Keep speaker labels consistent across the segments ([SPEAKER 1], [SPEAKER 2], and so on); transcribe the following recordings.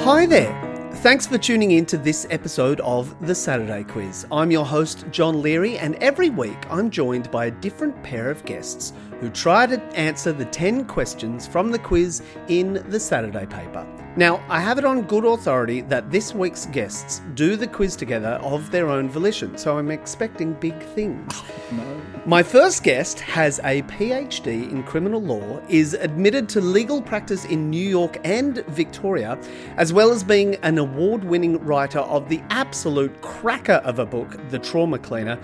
[SPEAKER 1] Hi there. Thanks for tuning in to this episode of The Saturday Quiz. I'm your host, John Leary, and every week I'm joined by a different pair of guests who try to answer the 10 questions from the quiz in the Saturday paper. Now, I have it on good authority that this week's guests do the quiz together of their own volition, so I'm expecting big things. My first guest has a PhD in criminal law, is admitted to legal practice in New York and Victoria, as well as being an award winning writer of the absolute cracker of a book, The Trauma Cleaner,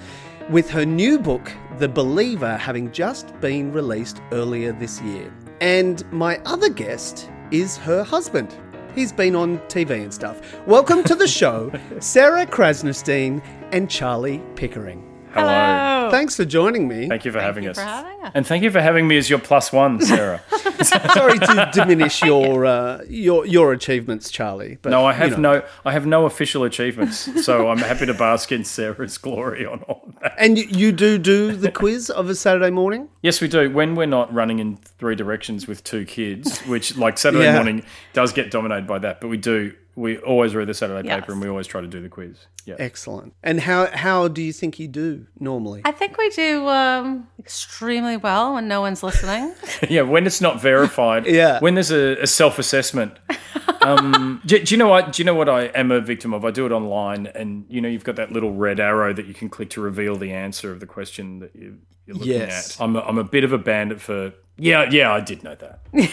[SPEAKER 1] with her new book, The Believer, having just been released earlier this year. And my other guest is her husband. He's been on TV and stuff. Welcome to the show, Sarah Krasnerstein and Charlie Pickering.
[SPEAKER 2] Hello.
[SPEAKER 1] Thanks for joining me.
[SPEAKER 2] Thank you for having us.
[SPEAKER 3] for having us.
[SPEAKER 2] And thank you for having me as your plus one, Sarah.
[SPEAKER 1] Sorry to diminish your uh, your your achievements, Charlie. But
[SPEAKER 2] no, I have
[SPEAKER 1] you know.
[SPEAKER 2] no I have no official achievements, so I'm happy to bask in Sarah's glory on all that.
[SPEAKER 1] And you, you do do the quiz of a Saturday morning.
[SPEAKER 2] Yes, we do. When we're not running in three directions with two kids, which like Saturday
[SPEAKER 1] Yeah.
[SPEAKER 2] morning does get dominated by that, but we do we always read the Saturday
[SPEAKER 3] Yes.
[SPEAKER 2] paper and we always try to do the quiz. Yeah.
[SPEAKER 1] Excellent. And how how do you think you do normally?
[SPEAKER 3] I think we do um, extremely well when no one's listening.
[SPEAKER 2] Yeah, when it's not verified.
[SPEAKER 1] Yeah.
[SPEAKER 2] When there's a, a self-assessment. Um, do, do you know what? Do you know what I am a victim of? I do it online, and you know you've got that little red arrow that you can click to reveal the answer of the question that you, you're looking
[SPEAKER 1] Yes.
[SPEAKER 2] at. I'm a, I'm a bit of a bandit for. Yeah, yeah, I did know that.
[SPEAKER 1] yeah.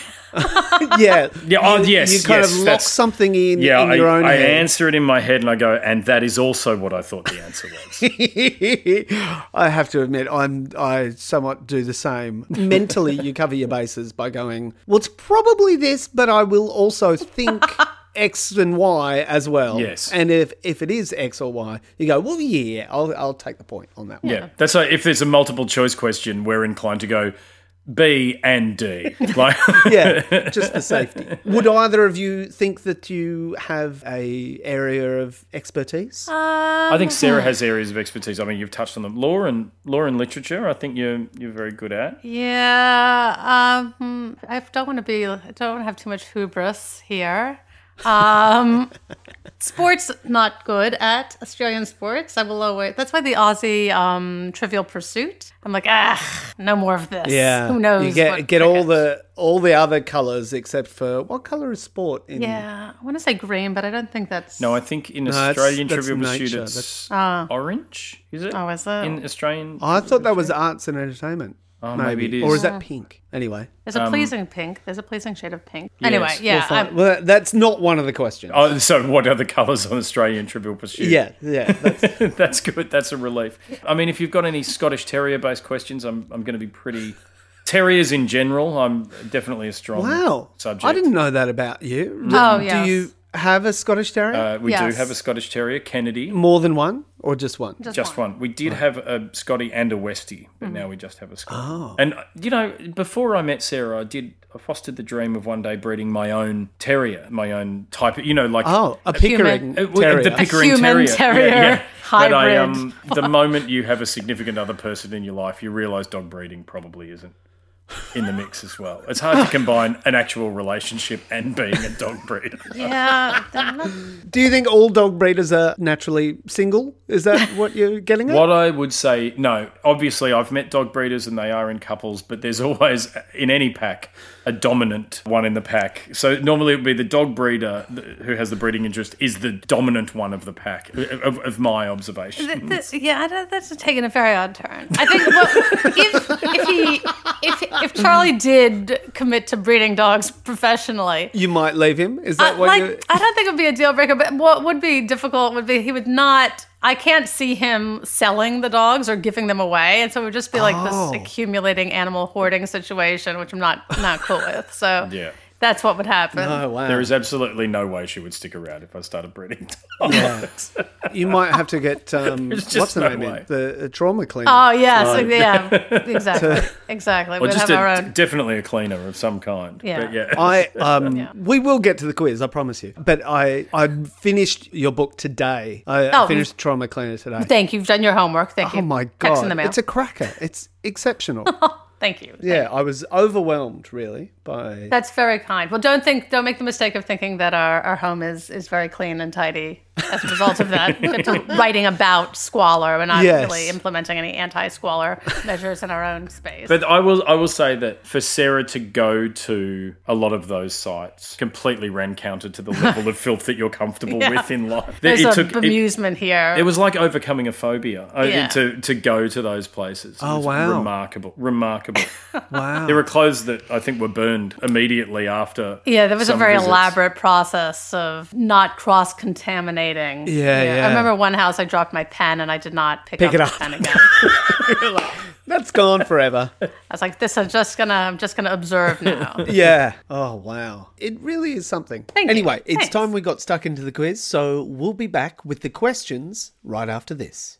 [SPEAKER 2] Yeah, oh,
[SPEAKER 1] You-
[SPEAKER 2] yes,
[SPEAKER 1] You kind
[SPEAKER 2] yes,
[SPEAKER 1] of lock
[SPEAKER 2] that's-
[SPEAKER 1] something in
[SPEAKER 2] Yeah,
[SPEAKER 1] in
[SPEAKER 2] I,
[SPEAKER 1] your own
[SPEAKER 2] I
[SPEAKER 1] head.
[SPEAKER 2] answer it in my head, and I go, and that is also what I thought the answer was.
[SPEAKER 1] I have to admit, I'm I somewhat do the same. Mentally, you cover your bases by going, "Well, it's probably this, but I will also think X and Y as well."
[SPEAKER 2] Yes.
[SPEAKER 1] and if if it is X or Y, you go, "Well, yeah, I'll I'll take the point on that." one."
[SPEAKER 2] yeah, that's like if there's a multiple choice question, we're inclined to go B and D. Like,
[SPEAKER 1] Yeah, just for safety. Would either of you think that you have a area of expertise?
[SPEAKER 3] Uh,
[SPEAKER 2] I think Sarah has areas of expertise. I mean, you've touched on them. Law and law and literature. I think you're you're very good at.
[SPEAKER 3] yeah, um, I don't want to be. I don't want to have too much hubris here. Um, sports not good at Australian sports. I will always. That's why the Aussie um, Trivial Pursuit. I'm like, ah, no more of this. who knows?
[SPEAKER 1] You get
[SPEAKER 3] what
[SPEAKER 1] get all
[SPEAKER 3] cricket-
[SPEAKER 1] the all the other colours except for what colour is sport in
[SPEAKER 3] Yeah, I want to say green, but I don't think that's.
[SPEAKER 2] No, I think in
[SPEAKER 1] that's-
[SPEAKER 2] Australian
[SPEAKER 1] that's Oh.
[SPEAKER 2] Trivial Pursuit,
[SPEAKER 1] nature.
[SPEAKER 2] it's orange. Is it?
[SPEAKER 3] Ah. Oh, is it?
[SPEAKER 2] in Australian?
[SPEAKER 1] I thought that was arts and entertainment.
[SPEAKER 2] Oh, maybe it is.
[SPEAKER 1] Or is that pink? Anyway.
[SPEAKER 3] There's a pleasing pink. There's a pleasing shade of pink. Anyway,
[SPEAKER 2] Yes, we'll
[SPEAKER 3] yeah,
[SPEAKER 1] Fine.
[SPEAKER 3] I'm-
[SPEAKER 1] um, Well, that- that's not one of the questions.
[SPEAKER 2] Oh, so what are the colours on Australian Trivial Pursuit?
[SPEAKER 1] yeah, yeah. That's,
[SPEAKER 2] that's good. That's a relief. I mean, if you've got any Scottish Terrier based questions, I'm I'm going to be pretty. Terriers in general, I'm definitely a strong
[SPEAKER 1] wow.
[SPEAKER 2] subject.
[SPEAKER 1] I didn't know that about you.
[SPEAKER 3] Oh,
[SPEAKER 1] Do
[SPEAKER 3] yes.
[SPEAKER 1] you have a Scottish Terrier?
[SPEAKER 2] Uh, we
[SPEAKER 3] Yes.
[SPEAKER 2] do have a Scottish Terrier, Kennedy.
[SPEAKER 1] More than one or just one?
[SPEAKER 2] Just one. We did have a Scotty and a Westie, but
[SPEAKER 3] Mm-hmm.
[SPEAKER 2] now we just have a Scotty.
[SPEAKER 1] Oh.
[SPEAKER 2] And uh, you know, before I met Sarah, I did I fostered the dream of one day breeding my own terrier, my own type. Of, you know, like
[SPEAKER 1] Oh, a Pickering
[SPEAKER 2] Uh, well,
[SPEAKER 1] Terrier.
[SPEAKER 2] the Pickering
[SPEAKER 3] human
[SPEAKER 2] Terrier,
[SPEAKER 3] terrier
[SPEAKER 2] That I,
[SPEAKER 3] hybrid.
[SPEAKER 2] um, the moment you have a significant other person in your life, you realise dog breeding probably isn't in the mix as well. It's hard to combine an actual relationship and being a dog breeder.
[SPEAKER 3] Yeah, I'm not-
[SPEAKER 1] Do you think all dog breeders are naturally single? Is that what you're getting at?
[SPEAKER 2] What I would say, no, obviously I've met dog breeders and they are in couples, but there's always in any pack a dominant one in the pack. So normally it would be the dog breeder th- who has the breeding interest is the dominant one of the pack of, of my observation.
[SPEAKER 1] Mm.
[SPEAKER 3] th- th- yeah, I don't- that's taking a very odd turn. I think well, if, if he if if Charlie did commit to breeding dogs professionally,
[SPEAKER 1] you might leave him. Is
[SPEAKER 3] I,
[SPEAKER 1] that what you?
[SPEAKER 3] Uh, like I don't think it would be a deal breaker. But what would be difficult would be he would not. I can't see him selling the dogs or giving them away, and so it would just be like
[SPEAKER 1] Oh.
[SPEAKER 3] this accumulating animal hoarding situation, which I'm not not cool with. So
[SPEAKER 2] Yeah.
[SPEAKER 3] That's what would happen.
[SPEAKER 1] Oh wow!
[SPEAKER 2] There is absolutely no way she would stick around if I started breeding dogs.
[SPEAKER 1] Yeah. you might have to get um,
[SPEAKER 2] There's just
[SPEAKER 1] what's the
[SPEAKER 2] no
[SPEAKER 1] name?
[SPEAKER 2] way.
[SPEAKER 1] In? The uh, trauma cleaner.
[SPEAKER 3] Oh yes, yeah, exactly, exactly.
[SPEAKER 2] Or
[SPEAKER 3] We'd
[SPEAKER 2] just
[SPEAKER 3] have our
[SPEAKER 2] a,
[SPEAKER 3] own.
[SPEAKER 2] definitely a cleaner of some kind.
[SPEAKER 3] Yeah.
[SPEAKER 2] But yeah.
[SPEAKER 1] I um, we will get to the quiz, I promise you. But I I finished your book today. I, I
[SPEAKER 3] Oh.
[SPEAKER 1] finished Trauma Cleaner today.
[SPEAKER 3] Thank you. You've done your homework. Thank you.
[SPEAKER 1] Oh my
[SPEAKER 3] Text in
[SPEAKER 1] god,
[SPEAKER 3] the mail.
[SPEAKER 1] it's a cracker! It's exceptional.
[SPEAKER 3] Thank you.
[SPEAKER 1] yeah, I was overwhelmed really by.
[SPEAKER 3] That's very kind. Well, don't think, don't make the mistake of thinking that our, our home is is very clean and tidy as a result of that. But to writing about squalor and not
[SPEAKER 1] Yes.
[SPEAKER 3] really implementing any anti-squalor measures in our own space.
[SPEAKER 2] But I will I will say that for Sarah to go to a lot of those sites completely ran counter to the level of filth that you're comfortable
[SPEAKER 3] Yeah.
[SPEAKER 2] with in life.
[SPEAKER 3] There's
[SPEAKER 2] it
[SPEAKER 3] a
[SPEAKER 2] took it,
[SPEAKER 3] bemusement here.
[SPEAKER 2] it was like overcoming a phobia uh,
[SPEAKER 3] Yeah.
[SPEAKER 2] to to go to those places. It
[SPEAKER 1] Oh,
[SPEAKER 2] was
[SPEAKER 1] wow.
[SPEAKER 2] Remarkable, remarkable.
[SPEAKER 1] Wow.
[SPEAKER 2] there were clothes that I think were burned immediately after.
[SPEAKER 3] yeah, there was a
[SPEAKER 2] some
[SPEAKER 3] very
[SPEAKER 2] visits.
[SPEAKER 3] elaborate process of not cross-contaminating.
[SPEAKER 1] Yeah, yeah.
[SPEAKER 3] I remember one house I dropped my pen and I did not pick,
[SPEAKER 1] Pick
[SPEAKER 3] up
[SPEAKER 1] it
[SPEAKER 3] the
[SPEAKER 1] up.
[SPEAKER 3] pen again.
[SPEAKER 1] That's gone forever.
[SPEAKER 3] I was like, this I'm just gonna I'm just gonna observe now.
[SPEAKER 1] yeah. Oh wow. It really is something.
[SPEAKER 3] Thank you.
[SPEAKER 1] anyway, it's
[SPEAKER 3] Thanks.
[SPEAKER 1] time we got stuck into the quiz, so we'll be back with the questions right after this.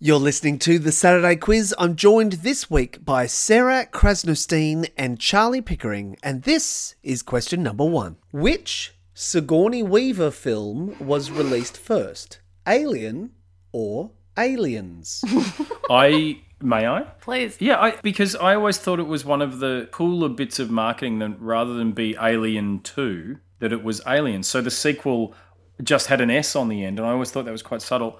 [SPEAKER 1] You're listening to the Saturday Quiz. I'm joined this week by Sarah Krasnostein and Charlie Pickering, and this is question number one. Which Sigourney Weaver film was released first? Alien or Aliens?
[SPEAKER 2] I may I.
[SPEAKER 3] Please.
[SPEAKER 2] Yeah, I, because I always thought it was one of the cooler bits of marketing that rather than be Alien 2, that it was Alien. So the sequel just had an S on the end, and I always thought that was quite subtle.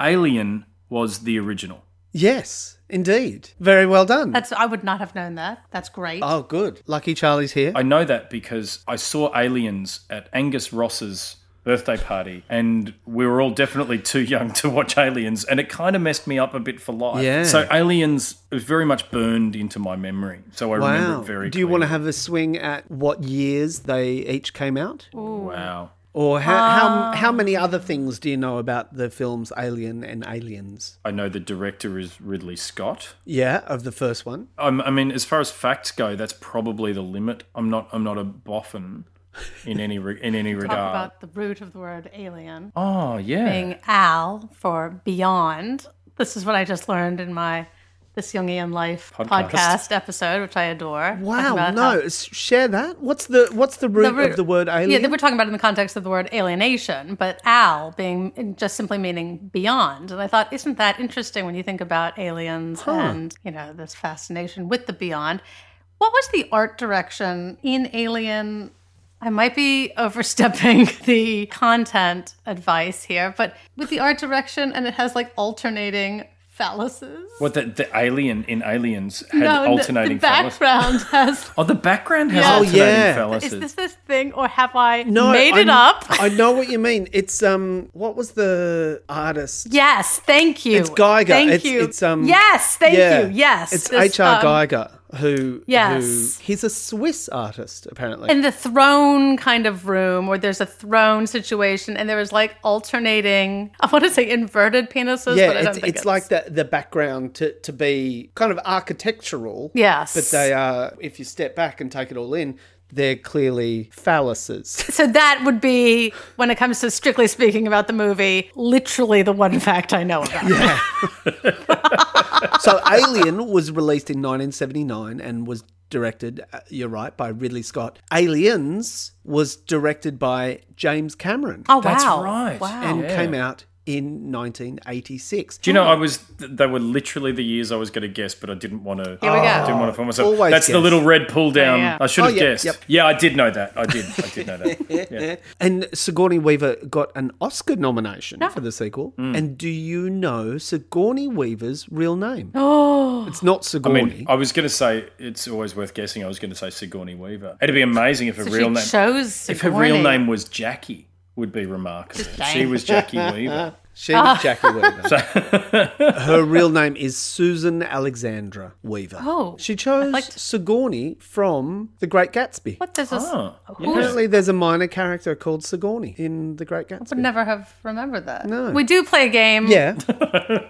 [SPEAKER 2] Alien was the original.
[SPEAKER 1] yes, indeed. Very well done.
[SPEAKER 3] That's I would not have known that. That's great.
[SPEAKER 1] oh, good. Lucky Charlie's here.
[SPEAKER 2] I know that because I saw Aliens at Angus Ross's birthday party, and we were all definitely too young to watch Aliens, and it kind of messed me up a bit for life.
[SPEAKER 1] Yeah.
[SPEAKER 2] So Aliens was very much burned into my memory, so I remember
[SPEAKER 1] wow.
[SPEAKER 2] it very.
[SPEAKER 1] Do you want to
[SPEAKER 2] clearly.
[SPEAKER 1] have a swing at what years they each came out?
[SPEAKER 2] Wow.
[SPEAKER 1] Or how, how,
[SPEAKER 3] Um,
[SPEAKER 1] how many other things do you know about the films Alien and Aliens?
[SPEAKER 2] I know the director is Ridley Scott.
[SPEAKER 1] Yeah, of the first one.
[SPEAKER 2] I'm, I mean, as far as facts go, that's probably the limit. I'm not. I'm not a boffin in any re- in any
[SPEAKER 3] Talk
[SPEAKER 2] regard.
[SPEAKER 3] about the root of the word alien.
[SPEAKER 2] uh, Oh yeah.
[SPEAKER 3] Being al for beyond. This is what I just learned in my This Jungian Life
[SPEAKER 2] Podcast.
[SPEAKER 3] podcast, episode, which I adore. Talking
[SPEAKER 1] Wow,
[SPEAKER 3] about
[SPEAKER 1] no,
[SPEAKER 3] how-
[SPEAKER 1] s- share that. What's the what's the root, of the word alien?
[SPEAKER 3] Yeah, they were talking about it in the context of the word alienation, but al being just simply meaning beyond. And I thought, isn't that interesting when you think about aliens and, you know, this fascination with the beyond? What was the art direction in Alien? I might be overstepping the content advice here, but with the art direction and it has like alternating phalluses.
[SPEAKER 2] what the, the alien in Aliens had
[SPEAKER 3] No, the-
[SPEAKER 2] alternating
[SPEAKER 3] the background has.
[SPEAKER 2] phalluses. Oh, the background has
[SPEAKER 3] Yeah. Oh,
[SPEAKER 2] alternating
[SPEAKER 1] yeah.
[SPEAKER 2] phalluses.
[SPEAKER 3] Is this this thing, or have I
[SPEAKER 1] no,
[SPEAKER 3] made
[SPEAKER 1] I
[SPEAKER 3] it
[SPEAKER 1] kn-
[SPEAKER 3] up?
[SPEAKER 1] I know what you mean. It's um, what was the artist?
[SPEAKER 3] Yes, thank you.
[SPEAKER 1] It's Geiger.
[SPEAKER 3] Thank
[SPEAKER 1] it's,
[SPEAKER 3] you.
[SPEAKER 1] It's um,
[SPEAKER 3] yes, thank
[SPEAKER 1] yeah.
[SPEAKER 3] you. Yes,
[SPEAKER 1] it's
[SPEAKER 3] This,
[SPEAKER 1] H.R.
[SPEAKER 3] um,
[SPEAKER 1] Geiger who.
[SPEAKER 3] Yes.
[SPEAKER 1] who- he's a Swiss artist apparently.
[SPEAKER 3] In the throne kind of room, or there's a throne situation, and there was like alternating. I want to say inverted penises,
[SPEAKER 1] yeah,
[SPEAKER 3] but I don't
[SPEAKER 1] it's,
[SPEAKER 3] think
[SPEAKER 1] it's like the the background to to be kind of architectural.
[SPEAKER 3] Yes.
[SPEAKER 1] but they are. If you step back and take it all in, they're clearly phalluses.
[SPEAKER 3] So that would be when it comes to strictly speaking about the movie, literally the one fact I know about.
[SPEAKER 1] So Alien was released in 1979 and was directed, uh, you're right, by Ridley Scott. Aliens was directed by James Cameron
[SPEAKER 3] Oh wow!
[SPEAKER 2] That's right.
[SPEAKER 3] Wow.
[SPEAKER 1] and
[SPEAKER 2] yeah.
[SPEAKER 1] came out in 1986.
[SPEAKER 2] Do you know I was? They were literally the years I was going to guess, but I didn't want to.
[SPEAKER 3] Here we go.
[SPEAKER 2] Didn't want to find myself.
[SPEAKER 1] Always
[SPEAKER 2] That's the
[SPEAKER 1] guess.
[SPEAKER 2] little red pull down.
[SPEAKER 3] Yeah, yeah.
[SPEAKER 2] I should
[SPEAKER 1] Oh,
[SPEAKER 2] have
[SPEAKER 1] yep,
[SPEAKER 2] guessed.
[SPEAKER 1] yep.
[SPEAKER 2] Yeah, I did know that. I did. I did know that. Yeah.
[SPEAKER 1] And Sigourney Weaver got an Oscar nomination for the sequel. And do you know Sigourney Weaver's real name? Oh, it's not
[SPEAKER 2] I
[SPEAKER 1] Sigourney.
[SPEAKER 2] mean, I was going to say it's always worth guessing. I was going to say Sigourney Weaver. It'd be amazing if her
[SPEAKER 3] So
[SPEAKER 2] real
[SPEAKER 3] she
[SPEAKER 2] name,
[SPEAKER 3] chose
[SPEAKER 2] if her real
[SPEAKER 3] Sigourney.
[SPEAKER 2] name was Jackie, would be remarkable. She was Jackie Weaver.
[SPEAKER 1] She
[SPEAKER 3] Ah.
[SPEAKER 1] was Jackie Weaver. Her real name is Susan Alexandra Weaver.
[SPEAKER 3] Oh,
[SPEAKER 1] she chose
[SPEAKER 3] I'd like to-
[SPEAKER 1] Sigourney from The Great Gatsby.
[SPEAKER 3] What does this?
[SPEAKER 2] Oh,
[SPEAKER 3] who's
[SPEAKER 1] Apparently, there's a minor character called Sigourney in The Great Gatsby.
[SPEAKER 3] would never have remembered that.
[SPEAKER 1] No.
[SPEAKER 3] We do play a game.
[SPEAKER 1] Yeah.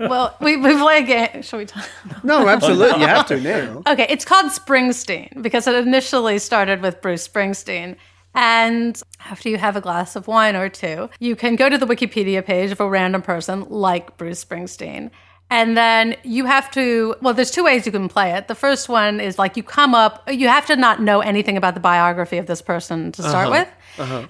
[SPEAKER 3] Well, we, we play a game. Shall we talk?
[SPEAKER 1] No, absolutely. You have to now.
[SPEAKER 3] Okay, it's called Springsteen because it initially started with Bruce Springsteen. And after you have a glass of wine or two, you can go to the Wikipedia page of a random person like Bruce Springsteen. And then you have to, well, there's two ways you can play it. The first one is like you come up, you have to not know anything about the biography of this person to start
[SPEAKER 2] Uh-huh,
[SPEAKER 3] with.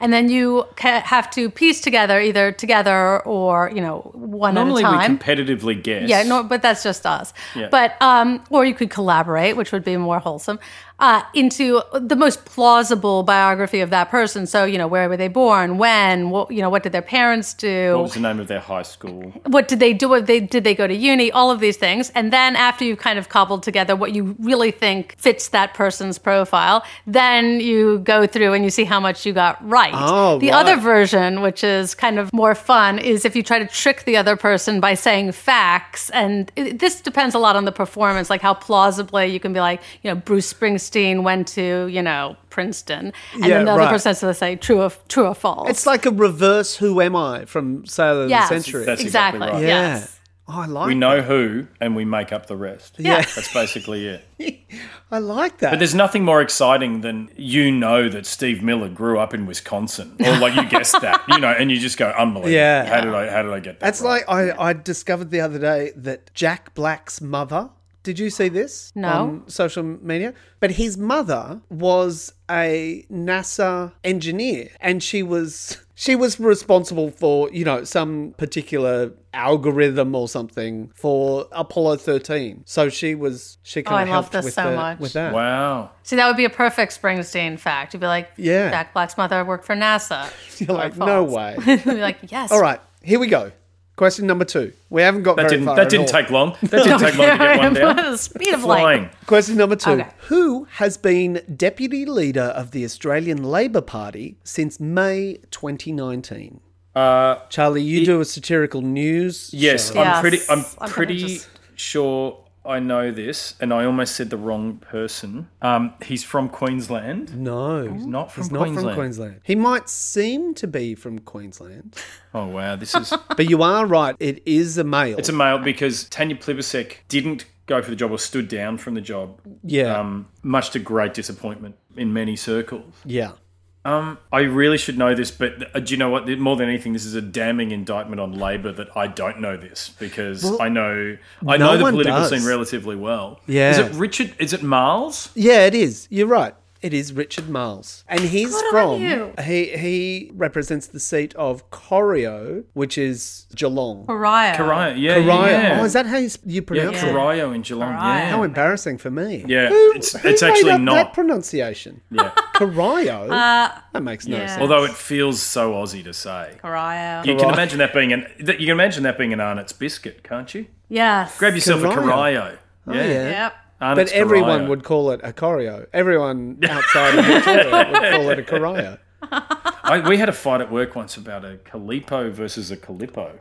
[SPEAKER 3] And then you ca- have to piece together either together or, you know, one
[SPEAKER 2] Normally
[SPEAKER 3] at a
[SPEAKER 2] we
[SPEAKER 3] time.
[SPEAKER 2] competitively guess.
[SPEAKER 3] Yeah, no, but that's just us. But um, or you could collaborate, which would be more wholesome, uh, into the most plausible biography of that person. So you know, where were they born? When? What, you know, what did their parents
[SPEAKER 2] What
[SPEAKER 3] do?
[SPEAKER 2] was the name of their high school?
[SPEAKER 3] What did they do? What they did they go to uni? All of these things, and then after you've kind of cobbled together what you really think fits that person's profile, then you go through and you see how much you got right.
[SPEAKER 1] Oh,
[SPEAKER 3] the
[SPEAKER 1] right.
[SPEAKER 3] other version, which is kind of more fun, is if you try to trick the other person by saying facts. And it, this depends a lot on the performance, like how plausibly you can be like, you know, Bruce Springsteen went to, you know, Princeton. And
[SPEAKER 1] Yeah,
[SPEAKER 3] then the other
[SPEAKER 1] right.
[SPEAKER 3] person has to say true or, true or false.
[SPEAKER 1] It's like a reverse Who Am I from Sailor of the
[SPEAKER 3] Yes.
[SPEAKER 1] Century.
[SPEAKER 2] That's
[SPEAKER 3] exactly.
[SPEAKER 2] exactly right.
[SPEAKER 1] yeah.
[SPEAKER 3] Yes.
[SPEAKER 1] Oh, I like
[SPEAKER 2] We know who, and we make up the rest.
[SPEAKER 1] Yeah.
[SPEAKER 2] That's basically it.
[SPEAKER 1] I like that.
[SPEAKER 2] But there's nothing more exciting than you know that Steve Miller grew up in Wisconsin, or like you guessed that, you know, and you just go, unbelievable.
[SPEAKER 1] Yeah.
[SPEAKER 2] How did I? How did I get that?
[SPEAKER 1] That's
[SPEAKER 2] right?
[SPEAKER 1] like I, I discovered the other day that Jack Black's mother. Did you see this?
[SPEAKER 3] No.
[SPEAKER 1] On social media? But his mother was a NASA engineer and she was she was responsible for, you know, some particular algorithm or something for Apollo 13. So she was she kind
[SPEAKER 3] Oh, I
[SPEAKER 1] of
[SPEAKER 3] love
[SPEAKER 1] helped
[SPEAKER 3] this
[SPEAKER 1] with,
[SPEAKER 3] so
[SPEAKER 1] the-
[SPEAKER 3] much.
[SPEAKER 1] with that.
[SPEAKER 2] wow.
[SPEAKER 3] See, that would be a perfect Springsteen fact. You'd be like,
[SPEAKER 1] Yeah.
[SPEAKER 3] Jack Black's mother worked for NASA.
[SPEAKER 1] You're like, no way.
[SPEAKER 3] You'd be like, yes.
[SPEAKER 1] All right, here we go. Question number 2. We haven't got
[SPEAKER 2] That
[SPEAKER 1] very
[SPEAKER 2] didn't.
[SPEAKER 1] far
[SPEAKER 2] That
[SPEAKER 1] at
[SPEAKER 2] didn't
[SPEAKER 1] all.
[SPEAKER 2] take long. That didn't take long to get one down.
[SPEAKER 3] the speed of light.
[SPEAKER 2] Flying.
[SPEAKER 1] Question number two.
[SPEAKER 3] Okay.
[SPEAKER 1] Who has been deputy leader of the Australian Labor Party since May 2019?
[SPEAKER 2] Uh,
[SPEAKER 1] Charlie, you do a satirical news.
[SPEAKER 2] yes,
[SPEAKER 1] show.
[SPEAKER 2] I'm
[SPEAKER 3] Yes,
[SPEAKER 2] pretty.
[SPEAKER 3] I'm
[SPEAKER 2] I'm
[SPEAKER 3] gonna
[SPEAKER 2] pretty
[SPEAKER 3] just-
[SPEAKER 2] sure I know this, and I almost said the wrong person. Um, he's from Queensland.
[SPEAKER 1] No, he's
[SPEAKER 2] not from
[SPEAKER 1] not from
[SPEAKER 2] Queensland.
[SPEAKER 1] Queensland. He might seem to be from Queensland,
[SPEAKER 2] Oh wow, this is.
[SPEAKER 1] but you are right. It is a male.
[SPEAKER 2] It's a male because Tanya Plibersek didn't go for the job or stood down from the job,
[SPEAKER 1] yeah,
[SPEAKER 2] um, much to great disappointment in many circles.
[SPEAKER 1] yeah.
[SPEAKER 2] Um, I really should know this, but uh, do you know what? More than anything, this is a damning indictment on Labor that I don't know this because I know I
[SPEAKER 1] no
[SPEAKER 2] know the
[SPEAKER 1] one
[SPEAKER 2] political
[SPEAKER 1] does.
[SPEAKER 2] scene relatively well.
[SPEAKER 1] Yeah.
[SPEAKER 2] Is it Richard? Is it Miles?
[SPEAKER 1] Yeah, it is. You're right. It is Richard Miles. And he's
[SPEAKER 3] Good on
[SPEAKER 1] from
[SPEAKER 3] you.
[SPEAKER 1] he he represents the seat of Corio, which is Geelong.
[SPEAKER 3] Pariah.
[SPEAKER 2] Corio. Yeah.
[SPEAKER 1] Corio.
[SPEAKER 2] Yeah. yeah.
[SPEAKER 1] Oh, is that how you, s- you
[SPEAKER 2] yeah,
[SPEAKER 1] pronounce it?
[SPEAKER 2] Corio in Geelong.
[SPEAKER 3] Corio.
[SPEAKER 1] How
[SPEAKER 2] Yeah.
[SPEAKER 1] embarrassing for me.
[SPEAKER 2] Yeah,
[SPEAKER 1] Who-
[SPEAKER 2] it's-
[SPEAKER 1] who
[SPEAKER 2] it's
[SPEAKER 1] made
[SPEAKER 2] actually
[SPEAKER 1] up
[SPEAKER 2] not.
[SPEAKER 1] that pronunciation.
[SPEAKER 2] Yeah.
[SPEAKER 1] Corio. that makes no
[SPEAKER 3] Uh, yeah.
[SPEAKER 1] sense.
[SPEAKER 2] Although it feels so Aussie to say.
[SPEAKER 3] Pariah.
[SPEAKER 2] You can imagine that being an that- you can imagine that being an Arnott's biscuit, can't you?
[SPEAKER 3] Yes.
[SPEAKER 2] Grab yourself a
[SPEAKER 1] Corio.
[SPEAKER 2] Corio.
[SPEAKER 1] Oh, yeah.
[SPEAKER 3] Yep.
[SPEAKER 1] but
[SPEAKER 2] Arnott's
[SPEAKER 1] everyone
[SPEAKER 2] Corio.
[SPEAKER 1] would call it a corio. Everyone outside of Victoria would call it a corio.
[SPEAKER 2] I, we had a fight at work once about a Calippo versus a Calippo.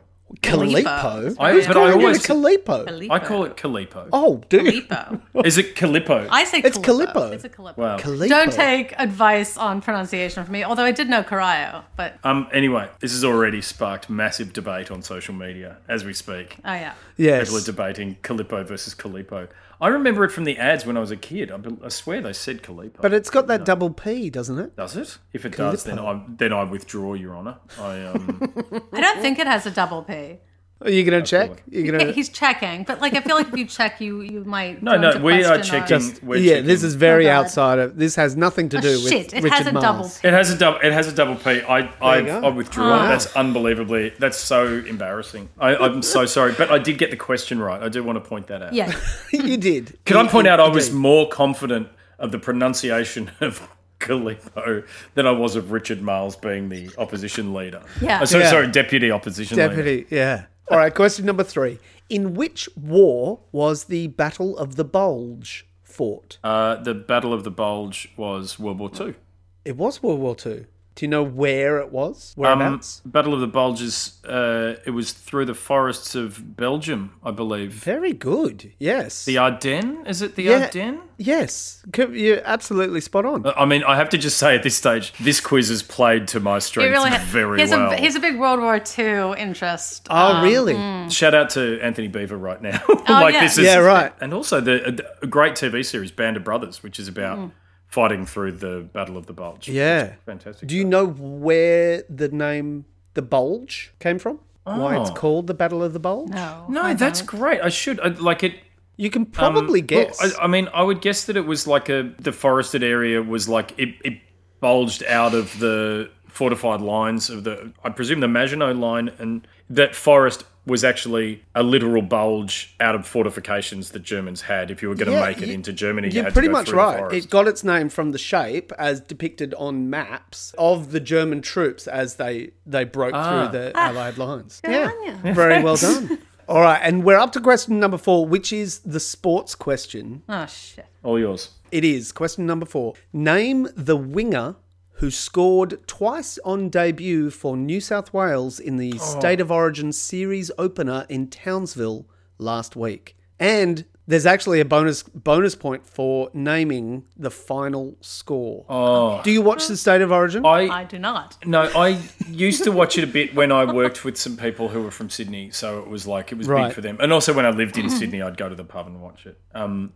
[SPEAKER 1] Calippo.
[SPEAKER 2] I-
[SPEAKER 1] Who's
[SPEAKER 2] but I
[SPEAKER 1] calling
[SPEAKER 2] always-
[SPEAKER 1] it a calippo?
[SPEAKER 3] Calippo.
[SPEAKER 2] I call it Calippo.
[SPEAKER 1] Oh, dude.
[SPEAKER 3] Calippo.
[SPEAKER 2] Is it Calippo?
[SPEAKER 3] I say
[SPEAKER 1] It's
[SPEAKER 3] Calippo.
[SPEAKER 1] Calippo.
[SPEAKER 3] It's a Calippo.
[SPEAKER 2] wow.
[SPEAKER 1] Calippo.
[SPEAKER 3] Don't take advice on pronunciation from me, although I did know Corio, but oh
[SPEAKER 2] Um. Anyway, this has already sparked massive debate on social media as we speak.
[SPEAKER 3] oh, yeah.
[SPEAKER 1] Yes.
[SPEAKER 2] People are debating Calippo versus Calippo. I remember it from the ads when I was a kid. I, be- I swear they said Calippo.
[SPEAKER 1] But it's got that double P, doesn't it?
[SPEAKER 2] does it? If it does, then I then I withdraw, Your Honour. I um.
[SPEAKER 3] I don't think it has a double P.
[SPEAKER 1] Are you going to check? You're going
[SPEAKER 3] Yeah, he's checking, but like I feel like if you check, you you might.
[SPEAKER 2] No,
[SPEAKER 3] throw
[SPEAKER 2] no,
[SPEAKER 3] into
[SPEAKER 2] we are
[SPEAKER 3] question
[SPEAKER 2] checking.
[SPEAKER 3] our-
[SPEAKER 2] we're
[SPEAKER 1] yeah,
[SPEAKER 2] checking.
[SPEAKER 1] this is very
[SPEAKER 3] Oh, God.
[SPEAKER 1] outside of. This has nothing to do with
[SPEAKER 3] Oh, Shit, it
[SPEAKER 1] Richard
[SPEAKER 3] has a
[SPEAKER 1] Mars.
[SPEAKER 3] double.
[SPEAKER 2] It has a double. It has a double P. I I,
[SPEAKER 1] you go. Ah.
[SPEAKER 2] I withdrew. That's unbelievably. That's so embarrassing. I, I'm so sorry, but I did get the question right. I do want to point that out.
[SPEAKER 3] Yeah,
[SPEAKER 1] you did.
[SPEAKER 2] Can I
[SPEAKER 1] You-
[SPEAKER 2] point
[SPEAKER 1] you
[SPEAKER 2] out I was
[SPEAKER 1] did.
[SPEAKER 2] more confident of the pronunciation of Calippo than I was of Richard Miles being the opposition leader.
[SPEAKER 3] Yeah.
[SPEAKER 2] Oh, sorry,
[SPEAKER 1] Yeah.
[SPEAKER 2] sorry, deputy opposition leader.
[SPEAKER 1] Deputy, yeah. All right, question number three. In which war was the Battle of the Bulge fought?
[SPEAKER 2] Uh, the Battle of the Bulge was World War Two.
[SPEAKER 1] it was World War Two. Do you know where it was?
[SPEAKER 2] Um,
[SPEAKER 1] Whereabouts?
[SPEAKER 2] Battle of the Bulge is uh, it was through the forests of Belgium, I believe.
[SPEAKER 1] Very good. Yes.
[SPEAKER 2] The uh, Ardennes is it the
[SPEAKER 1] Yeah.
[SPEAKER 2] Ardennes?
[SPEAKER 1] yes. Co- You're absolutely spot on.
[SPEAKER 2] I mean, I have to just say at this stage, this quiz has played to my
[SPEAKER 3] he
[SPEAKER 2] strengths
[SPEAKER 3] really
[SPEAKER 2] very
[SPEAKER 3] he has
[SPEAKER 2] well.
[SPEAKER 3] A, he has a big World War II interest.
[SPEAKER 1] oh, really?
[SPEAKER 2] Shout out to Anthony Beaver right now. like
[SPEAKER 3] yeah.
[SPEAKER 2] this is
[SPEAKER 1] Yeah, right.
[SPEAKER 2] And also the a, a great TV series Band of Brothers, which is about fighting through the Battle of the Bulge.
[SPEAKER 1] Yeah.
[SPEAKER 2] Fantastic.
[SPEAKER 1] Do you know where the name the Bulge came from? Why it's
[SPEAKER 2] Oh.
[SPEAKER 1] called the Battle of the Bulge?
[SPEAKER 3] no,
[SPEAKER 2] no, that's great. I should I, like it. um,
[SPEAKER 1] You can probably guess.
[SPEAKER 2] Well, I, I mean, I would guess that it was like a the forested area was like it, it bulged out of the fortified lines of the I presume the Maginot Line, and that forest was actually a literal bulge out of fortifications that Germans had. If you were going to
[SPEAKER 1] Yeah,
[SPEAKER 2] make it
[SPEAKER 1] you-
[SPEAKER 2] into Germany, you
[SPEAKER 1] You're
[SPEAKER 2] had
[SPEAKER 1] pretty
[SPEAKER 2] to go
[SPEAKER 1] much
[SPEAKER 2] through the
[SPEAKER 1] right.
[SPEAKER 2] forest.
[SPEAKER 1] It got its name from the shape as depicted on maps of the German troops as they, they broke through the Allied lines. Yeah. Very well done. All right. And we're up to question number four, which is the sports question.
[SPEAKER 3] oh shit.
[SPEAKER 2] All yours.
[SPEAKER 1] It is question number four. Name the winger who scored twice on debut for New South Wales in
[SPEAKER 2] Oh.
[SPEAKER 1] the State of Origin series opener in Townsville last week. And there's actually a bonus bonus point for naming the final score. Oh. Do you watch the State of Origin?
[SPEAKER 3] I do not.
[SPEAKER 2] No, I used to watch it a bit when I worked with some people who were from Sydney, so it was like it was
[SPEAKER 1] Right.
[SPEAKER 2] big for them. And also when I lived in Sydney, I'd go to the pub and watch it. Um,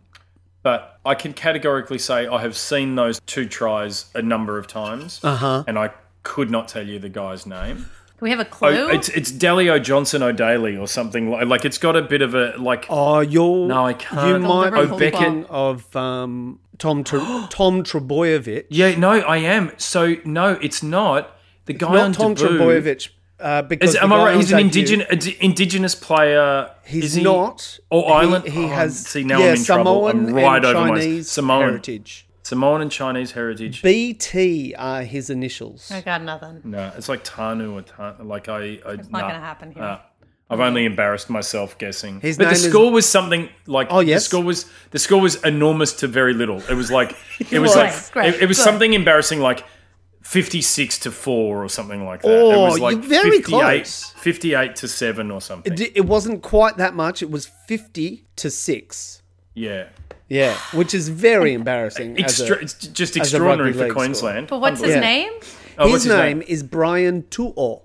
[SPEAKER 2] but I can categorically say I have seen those two tries a number of times, uh-huh. and I could not tell you the guy's name.
[SPEAKER 3] Can we have a
[SPEAKER 2] Oh,
[SPEAKER 3] clue?
[SPEAKER 2] it's it's Delio Johnson O'Daly or something like like it's got a bit of a like
[SPEAKER 1] Oh, you're
[SPEAKER 2] No, I
[SPEAKER 1] You
[SPEAKER 2] can't.
[SPEAKER 1] might
[SPEAKER 3] Oh,
[SPEAKER 1] be
[SPEAKER 3] Beckett.
[SPEAKER 1] thinking of um, Tom Tre- Tom Trebojevic.
[SPEAKER 2] yeah no I am so no it's not the guy on
[SPEAKER 1] Not Tom
[SPEAKER 2] Taboo.
[SPEAKER 1] Trebojevic. Uh, because
[SPEAKER 2] Is,
[SPEAKER 1] the
[SPEAKER 2] am I
[SPEAKER 1] guy
[SPEAKER 2] right?
[SPEAKER 1] on
[SPEAKER 2] He's an
[SPEAKER 1] debut-
[SPEAKER 2] indigenous indigenous player.
[SPEAKER 1] He's
[SPEAKER 2] Is he-
[SPEAKER 1] not.
[SPEAKER 2] Or
[SPEAKER 1] He-
[SPEAKER 2] island.
[SPEAKER 1] He,
[SPEAKER 2] Oh,
[SPEAKER 1] has
[SPEAKER 2] See now
[SPEAKER 1] yeah,
[SPEAKER 2] I'm in trouble.
[SPEAKER 1] Samoan
[SPEAKER 2] I'm right
[SPEAKER 1] and
[SPEAKER 2] over my
[SPEAKER 1] Chinese
[SPEAKER 2] Samoan
[SPEAKER 1] heritage.
[SPEAKER 2] Samoan and Chinese heritage.
[SPEAKER 1] BT are his initials.
[SPEAKER 3] I got nothing.
[SPEAKER 2] no, it's like Tanu or Tanu. Like I. I it's
[SPEAKER 3] not gonna happen here.
[SPEAKER 2] I've only embarrassed myself guessing.
[SPEAKER 1] His
[SPEAKER 2] but the
[SPEAKER 1] name is-
[SPEAKER 2] score was something like
[SPEAKER 1] Oh, yes?
[SPEAKER 2] the score was the score was enormous to very little. It was like it was
[SPEAKER 3] Great,
[SPEAKER 2] like
[SPEAKER 3] great,
[SPEAKER 2] it, it was
[SPEAKER 3] good.
[SPEAKER 2] something embarrassing like 56 to 4 or something like that. it
[SPEAKER 1] Oh,
[SPEAKER 2] was like
[SPEAKER 1] you're very
[SPEAKER 2] 58
[SPEAKER 1] close.
[SPEAKER 2] 58 to 7 or something.
[SPEAKER 1] It, di- it wasn't quite that much. It was fifty to six.
[SPEAKER 2] yeah.
[SPEAKER 1] Yeah, which is very embarrassing. as a-
[SPEAKER 2] Extra- it's just
[SPEAKER 1] as a
[SPEAKER 2] extraordinary
[SPEAKER 1] rugby
[SPEAKER 2] for
[SPEAKER 1] league
[SPEAKER 2] Queensland.
[SPEAKER 3] But what's his
[SPEAKER 1] Yeah.
[SPEAKER 3] name?
[SPEAKER 2] Oh,
[SPEAKER 1] his,
[SPEAKER 2] what's
[SPEAKER 1] name, is Brian Tuo.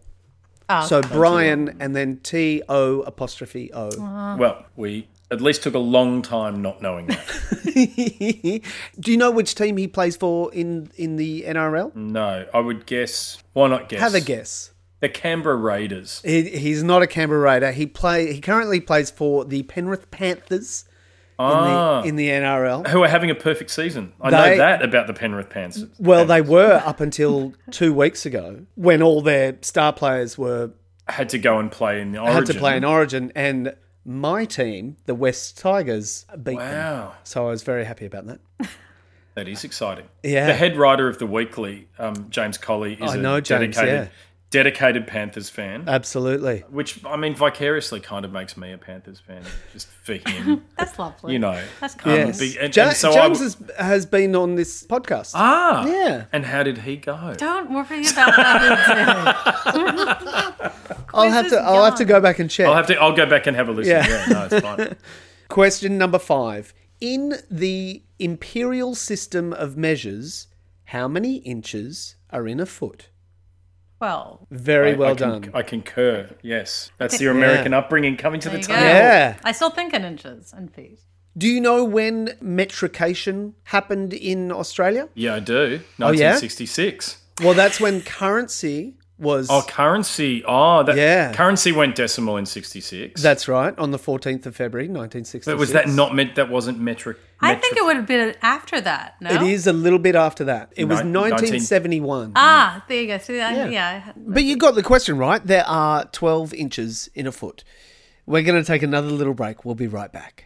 [SPEAKER 3] Oh,
[SPEAKER 1] So Brian and then T O apostrophe O.
[SPEAKER 2] Well, we at least took a long time not knowing that.
[SPEAKER 1] Do you know which team he plays for in in the NRL?
[SPEAKER 2] no, I would guess. Why not guess?
[SPEAKER 1] Have a guess.
[SPEAKER 2] The Canberra Raiders.
[SPEAKER 1] He, he's not a Canberra Raider. He play he currently plays for the Penrith Panthers
[SPEAKER 2] Ah,
[SPEAKER 1] in the NRL.
[SPEAKER 2] who are having a perfect season. I
[SPEAKER 1] They-
[SPEAKER 2] know that about the Penrith Panthers.
[SPEAKER 1] Well, they were up until two weeks ago when all their star players were
[SPEAKER 2] had to go and play in the Origin.
[SPEAKER 1] had to play in Origin, and my team, the West Tigers, beat them.
[SPEAKER 2] Wow,
[SPEAKER 1] So I was very happy about that.
[SPEAKER 2] that is exciting.
[SPEAKER 1] Yeah.
[SPEAKER 2] The head writer of the Weekly, um, James Colley, is
[SPEAKER 1] I
[SPEAKER 2] a
[SPEAKER 1] know James,
[SPEAKER 2] dedicated,
[SPEAKER 1] yeah. Uh,
[SPEAKER 2] dedicated Panthers fan.
[SPEAKER 1] Absolutely.
[SPEAKER 2] which I mean, vicariously kind of makes me a Panthers fan, just for him,
[SPEAKER 3] That's lovely.
[SPEAKER 2] you know.
[SPEAKER 3] That's cool.
[SPEAKER 1] Yes.
[SPEAKER 2] be- and-
[SPEAKER 1] Ja-
[SPEAKER 2] and so I
[SPEAKER 1] James
[SPEAKER 2] w-
[SPEAKER 1] has, has been on this podcast.
[SPEAKER 2] Ah,
[SPEAKER 1] Yeah.
[SPEAKER 2] And how did he go?
[SPEAKER 3] Don't worry about that.
[SPEAKER 1] I'll have
[SPEAKER 3] is
[SPEAKER 1] to. I'll have to
[SPEAKER 3] gone.
[SPEAKER 1] go back and check.
[SPEAKER 2] I'll have to. I'll go back and have a listen.
[SPEAKER 1] Yeah.
[SPEAKER 2] Yeah, no, it's fine.
[SPEAKER 1] Question number five. In the imperial system of measures, how many inches are in a foot?
[SPEAKER 3] Well,
[SPEAKER 1] Very
[SPEAKER 2] I-
[SPEAKER 1] well
[SPEAKER 2] I con-
[SPEAKER 1] done.
[SPEAKER 2] I concur. Yes, that's your American upbringing coming to the
[SPEAKER 3] there you
[SPEAKER 2] table.
[SPEAKER 3] go.
[SPEAKER 1] Yeah.
[SPEAKER 3] I still think in inches and feet.
[SPEAKER 1] Do you know when metrication happened in Australia?
[SPEAKER 2] Yeah, I do.
[SPEAKER 1] Oh, yeah?
[SPEAKER 2] 1966.
[SPEAKER 1] Well, that's when currency was
[SPEAKER 2] Oh, currency. Oh, that,
[SPEAKER 1] Yeah.
[SPEAKER 2] Currency went decimal in '66.
[SPEAKER 1] that's right on the 14th of February 1966.
[SPEAKER 2] But was that not meant? That wasn't metric.
[SPEAKER 3] I
[SPEAKER 2] metric-
[SPEAKER 3] think it would have been after that. No,
[SPEAKER 1] It is a little bit after that. It was
[SPEAKER 2] Nin-
[SPEAKER 1] 1971.
[SPEAKER 3] Ah, there you go. See, I, yeah. I had-
[SPEAKER 1] But you got the question right. There are 12 inches in a foot. We're going to take another little break. We'll be right back.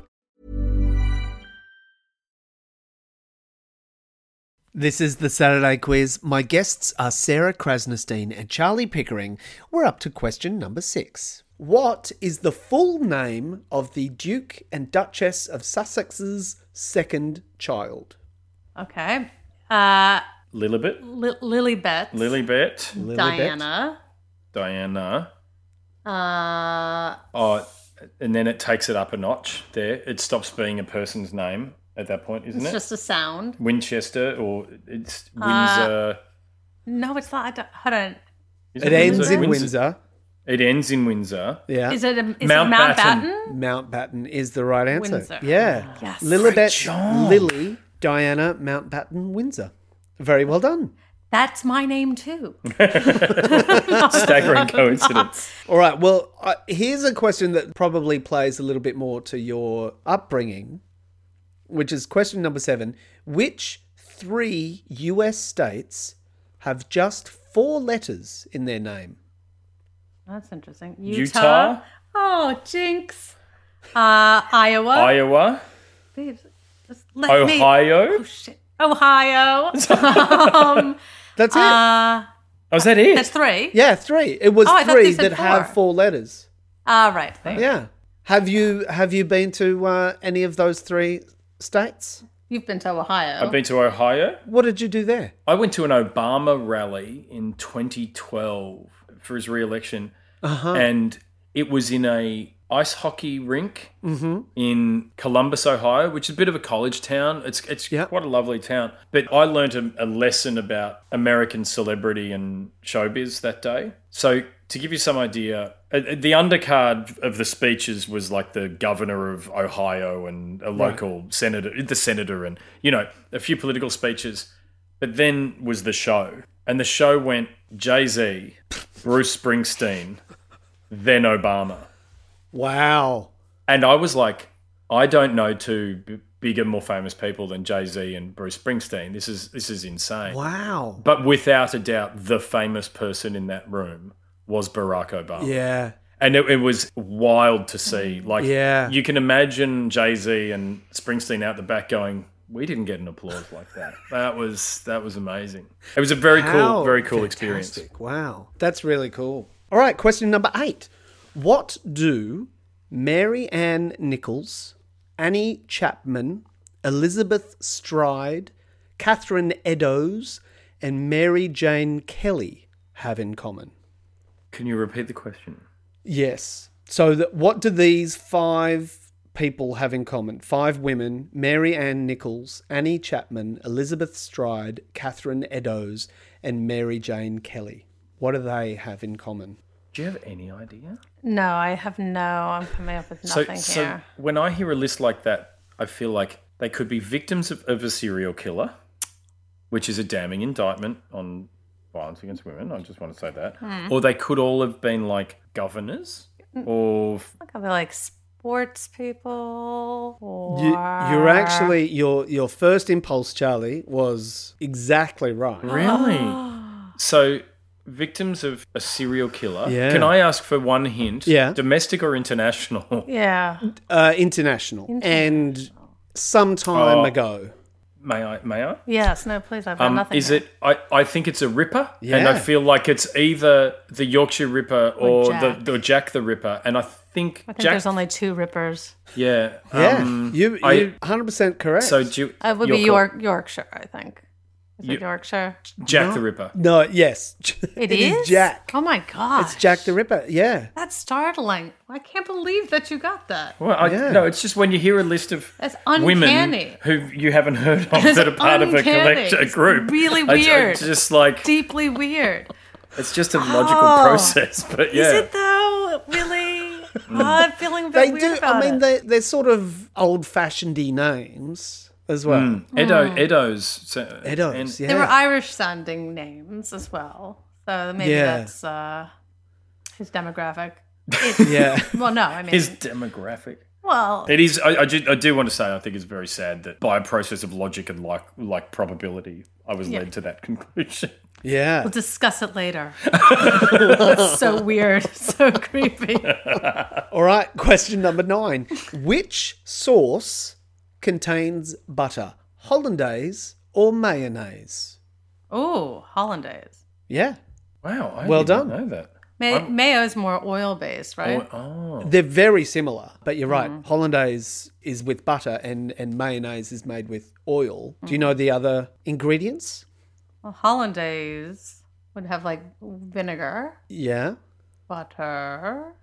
[SPEAKER 1] This is the Saturday quiz. My guests are Sarah Krasnstein and Charlie Pickering. We're up to question number six. What is the full name of the Duke and Duchess of Sussex's second child?
[SPEAKER 3] okay. Uh,
[SPEAKER 2] Lilibet,
[SPEAKER 3] Li- Lily Betts,
[SPEAKER 2] Lilibet,
[SPEAKER 1] Lilibet?
[SPEAKER 3] Diana.
[SPEAKER 2] Diana.
[SPEAKER 3] Uh,
[SPEAKER 2] Oh, and then it takes it up a notch. There, it stops being a person's name at that point, isn't
[SPEAKER 3] it's
[SPEAKER 2] it?
[SPEAKER 3] just a sound.
[SPEAKER 2] Winchester or it's
[SPEAKER 3] Ah.
[SPEAKER 2] Windsor.
[SPEAKER 3] No, it's not. I don't. Hold on.
[SPEAKER 2] Is
[SPEAKER 1] It ends in
[SPEAKER 2] Windsor?
[SPEAKER 1] Windsor.
[SPEAKER 2] It ends in Windsor.
[SPEAKER 1] Yeah.
[SPEAKER 3] Is it a, is
[SPEAKER 2] Mountbatten.
[SPEAKER 3] it Mountbatten?
[SPEAKER 1] Mountbatten is the right answer.
[SPEAKER 3] Windsor.
[SPEAKER 1] Yeah.
[SPEAKER 3] Yes.
[SPEAKER 1] Lilibet, Lily, Diana, Mountbatten, Windsor. Very well done.
[SPEAKER 3] That's my name too.
[SPEAKER 2] Staggering coincidence.
[SPEAKER 1] All right. Well, uh, here's a question that probably plays a little bit more to your upbringing, which is question number seven. Which three US states have just four letters in their name?
[SPEAKER 3] That's interesting.
[SPEAKER 2] Utah?
[SPEAKER 3] Utah. Oh, jinx. Uh, Iowa.
[SPEAKER 2] Iowa,
[SPEAKER 3] Babe, just let me-
[SPEAKER 2] Ohio.
[SPEAKER 3] Oh, shit. Ohio. um,
[SPEAKER 1] That's it.
[SPEAKER 3] uh,
[SPEAKER 2] Oh, is that it?
[SPEAKER 3] that's three.
[SPEAKER 1] yeah, three. It was
[SPEAKER 3] Oh, I
[SPEAKER 1] three
[SPEAKER 3] thought they said
[SPEAKER 1] that have
[SPEAKER 3] four.
[SPEAKER 1] four letters.
[SPEAKER 3] All right. there.
[SPEAKER 1] Yeah. Have you have you been to uh, any of those three states?
[SPEAKER 3] You've been to Ohio.
[SPEAKER 2] I've been to Ohio.
[SPEAKER 1] What did you do there?
[SPEAKER 2] I went to an Obama rally in 2012 for his re-election, and it was in a ice hockey rink in Columbus, Ohio, which is a bit of a college town. It's it's
[SPEAKER 1] Yeah.
[SPEAKER 2] quite a lovely town. But I learned a, a lesson about American celebrity and showbiz that day. So to give you some idea, uh, uh, the undercard of the speeches was like the governor of Ohio and a local senator, the senator, and you know a few political speeches. But then was the show, and the show went Jay Z, Bruce Springsteen, then Obama,
[SPEAKER 1] Wow.
[SPEAKER 2] and I was like, I don't know two b- bigger, more famous people than Jay Z and Bruce Springsteen. This is this is insane.
[SPEAKER 1] Wow.
[SPEAKER 2] But without a doubt, the famous person in that room was Barack Obama.
[SPEAKER 1] Yeah. Mm.
[SPEAKER 2] And it, it was wild to see. Like,
[SPEAKER 1] Yeah.
[SPEAKER 2] you can imagine Jay Z and Springsteen out the back going, "We didn't get an applause like that. That was that was amazing. It was a very
[SPEAKER 1] How
[SPEAKER 2] cool, very cool experience."
[SPEAKER 1] fantastic. Wow. That's really cool. All right, question number eight. What do Mary Ann Nichols, Annie Chapman, Elizabeth Stride, Catherine Eddowes, and Mary Jane Kelly have in common?
[SPEAKER 2] Can you repeat the question?
[SPEAKER 1] Yes. So, that, what do these five people have in common? Five women Mary Ann Nichols, Annie Chapman, Elizabeth Stride, Catherine Eddowes, and Mary Jane Kelly. What do they have in common?
[SPEAKER 2] Do you have any idea?
[SPEAKER 3] no, I have no. I'm coming up with nothing
[SPEAKER 2] so
[SPEAKER 3] here.
[SPEAKER 2] when I hear a list like that, I feel like they could be victims of, of a serial killer, which is a damning indictment on violence against women. I just want to say that.
[SPEAKER 3] Hmm.
[SPEAKER 2] Or they could all have been like governors
[SPEAKER 3] Mm.
[SPEAKER 2] or f-
[SPEAKER 3] I could be like sports people. Or...
[SPEAKER 1] You, you're actually your your first impulse, Charlie, was exactly right.
[SPEAKER 2] really. so victims of a serial killer.
[SPEAKER 1] Yeah.
[SPEAKER 2] Can I ask for one hint?
[SPEAKER 1] Yeah.
[SPEAKER 2] Domestic or international?
[SPEAKER 3] Yeah.
[SPEAKER 1] Uh, international. and some time
[SPEAKER 2] Oh.
[SPEAKER 1] ago.
[SPEAKER 2] May I? May I?
[SPEAKER 3] Yes. No, please. I've got
[SPEAKER 2] Um,
[SPEAKER 3] nothing.
[SPEAKER 2] is it? I, I think it's a Ripper, and
[SPEAKER 1] Yeah.
[SPEAKER 2] I feel like it's either the Yorkshire Ripper or,
[SPEAKER 3] Jack.
[SPEAKER 2] the or Jack the Ripper, and I think,
[SPEAKER 3] I think
[SPEAKER 2] Jack.
[SPEAKER 3] there's only two rippers.
[SPEAKER 2] yeah,
[SPEAKER 1] Yeah,
[SPEAKER 2] um,
[SPEAKER 1] you
[SPEAKER 2] I-
[SPEAKER 1] you 100 percent correct.
[SPEAKER 2] so do you,
[SPEAKER 3] Uh, It would
[SPEAKER 2] your
[SPEAKER 3] be
[SPEAKER 2] call.
[SPEAKER 3] York Yorkshire, I think. Is it Yorkshire?
[SPEAKER 2] Jack the Ripper.
[SPEAKER 1] No, yes.
[SPEAKER 3] it is?
[SPEAKER 1] Jack.
[SPEAKER 3] Oh my god.
[SPEAKER 1] It's Jack the Ripper. Yeah.
[SPEAKER 3] That's startling. I can't believe that you got that.
[SPEAKER 2] Well, I,
[SPEAKER 1] Yeah.
[SPEAKER 2] no, it's just when you hear a list of
[SPEAKER 3] That's uncanny.
[SPEAKER 2] women who you haven't heard of
[SPEAKER 3] It's
[SPEAKER 2] that are part of a,
[SPEAKER 3] uncanny.
[SPEAKER 2] collect- a
[SPEAKER 3] It's
[SPEAKER 2] group.
[SPEAKER 3] really
[SPEAKER 2] I- I
[SPEAKER 3] weird.
[SPEAKER 2] just like
[SPEAKER 3] Deeply weird.
[SPEAKER 2] it's just a logical
[SPEAKER 3] Oh.
[SPEAKER 2] process. But yeah,
[SPEAKER 3] Is it though? Really? Oh, I'm feeling a bit
[SPEAKER 1] They
[SPEAKER 3] weird
[SPEAKER 1] do. I
[SPEAKER 3] about
[SPEAKER 1] mean,
[SPEAKER 3] it.
[SPEAKER 1] they, they're sort of old fashioned y names as well.
[SPEAKER 3] Oh.
[SPEAKER 2] Edo, Edo's, so-
[SPEAKER 1] Edos,
[SPEAKER 2] Hmm. and-
[SPEAKER 1] yeah.
[SPEAKER 3] There were Irish sounding names as well. So maybe
[SPEAKER 1] Yeah.
[SPEAKER 3] that's uh, his demographic.
[SPEAKER 1] yeah.
[SPEAKER 3] Well, no, I mean,
[SPEAKER 2] his demographic.
[SPEAKER 3] well,
[SPEAKER 2] It is. I, I, do, I do want to say I think it's very sad that by a process of logic and like like probability, I was led to that conclusion.
[SPEAKER 1] Yeah.
[SPEAKER 3] we'll discuss it later. it's so weird, so creepy.
[SPEAKER 1] All right. Question number nine Which sauce contains butter? Hollandaise or mayonnaise?
[SPEAKER 3] Oh, hollandaise.
[SPEAKER 1] Yeah.
[SPEAKER 2] Wow. I
[SPEAKER 1] Well done.
[SPEAKER 2] didn't Know that.
[SPEAKER 3] May- mayo is more oil uh. based, right?
[SPEAKER 2] Oh,
[SPEAKER 1] They're very similar, but you're right.
[SPEAKER 3] Mm-hmm.
[SPEAKER 1] Hollandaise is with butter and, and mayonnaise is made with oil. Do you
[SPEAKER 3] Mm.
[SPEAKER 1] know the other ingredients?
[SPEAKER 3] Well, hollandaise would have like vinegar,
[SPEAKER 1] Yeah.
[SPEAKER 3] butter,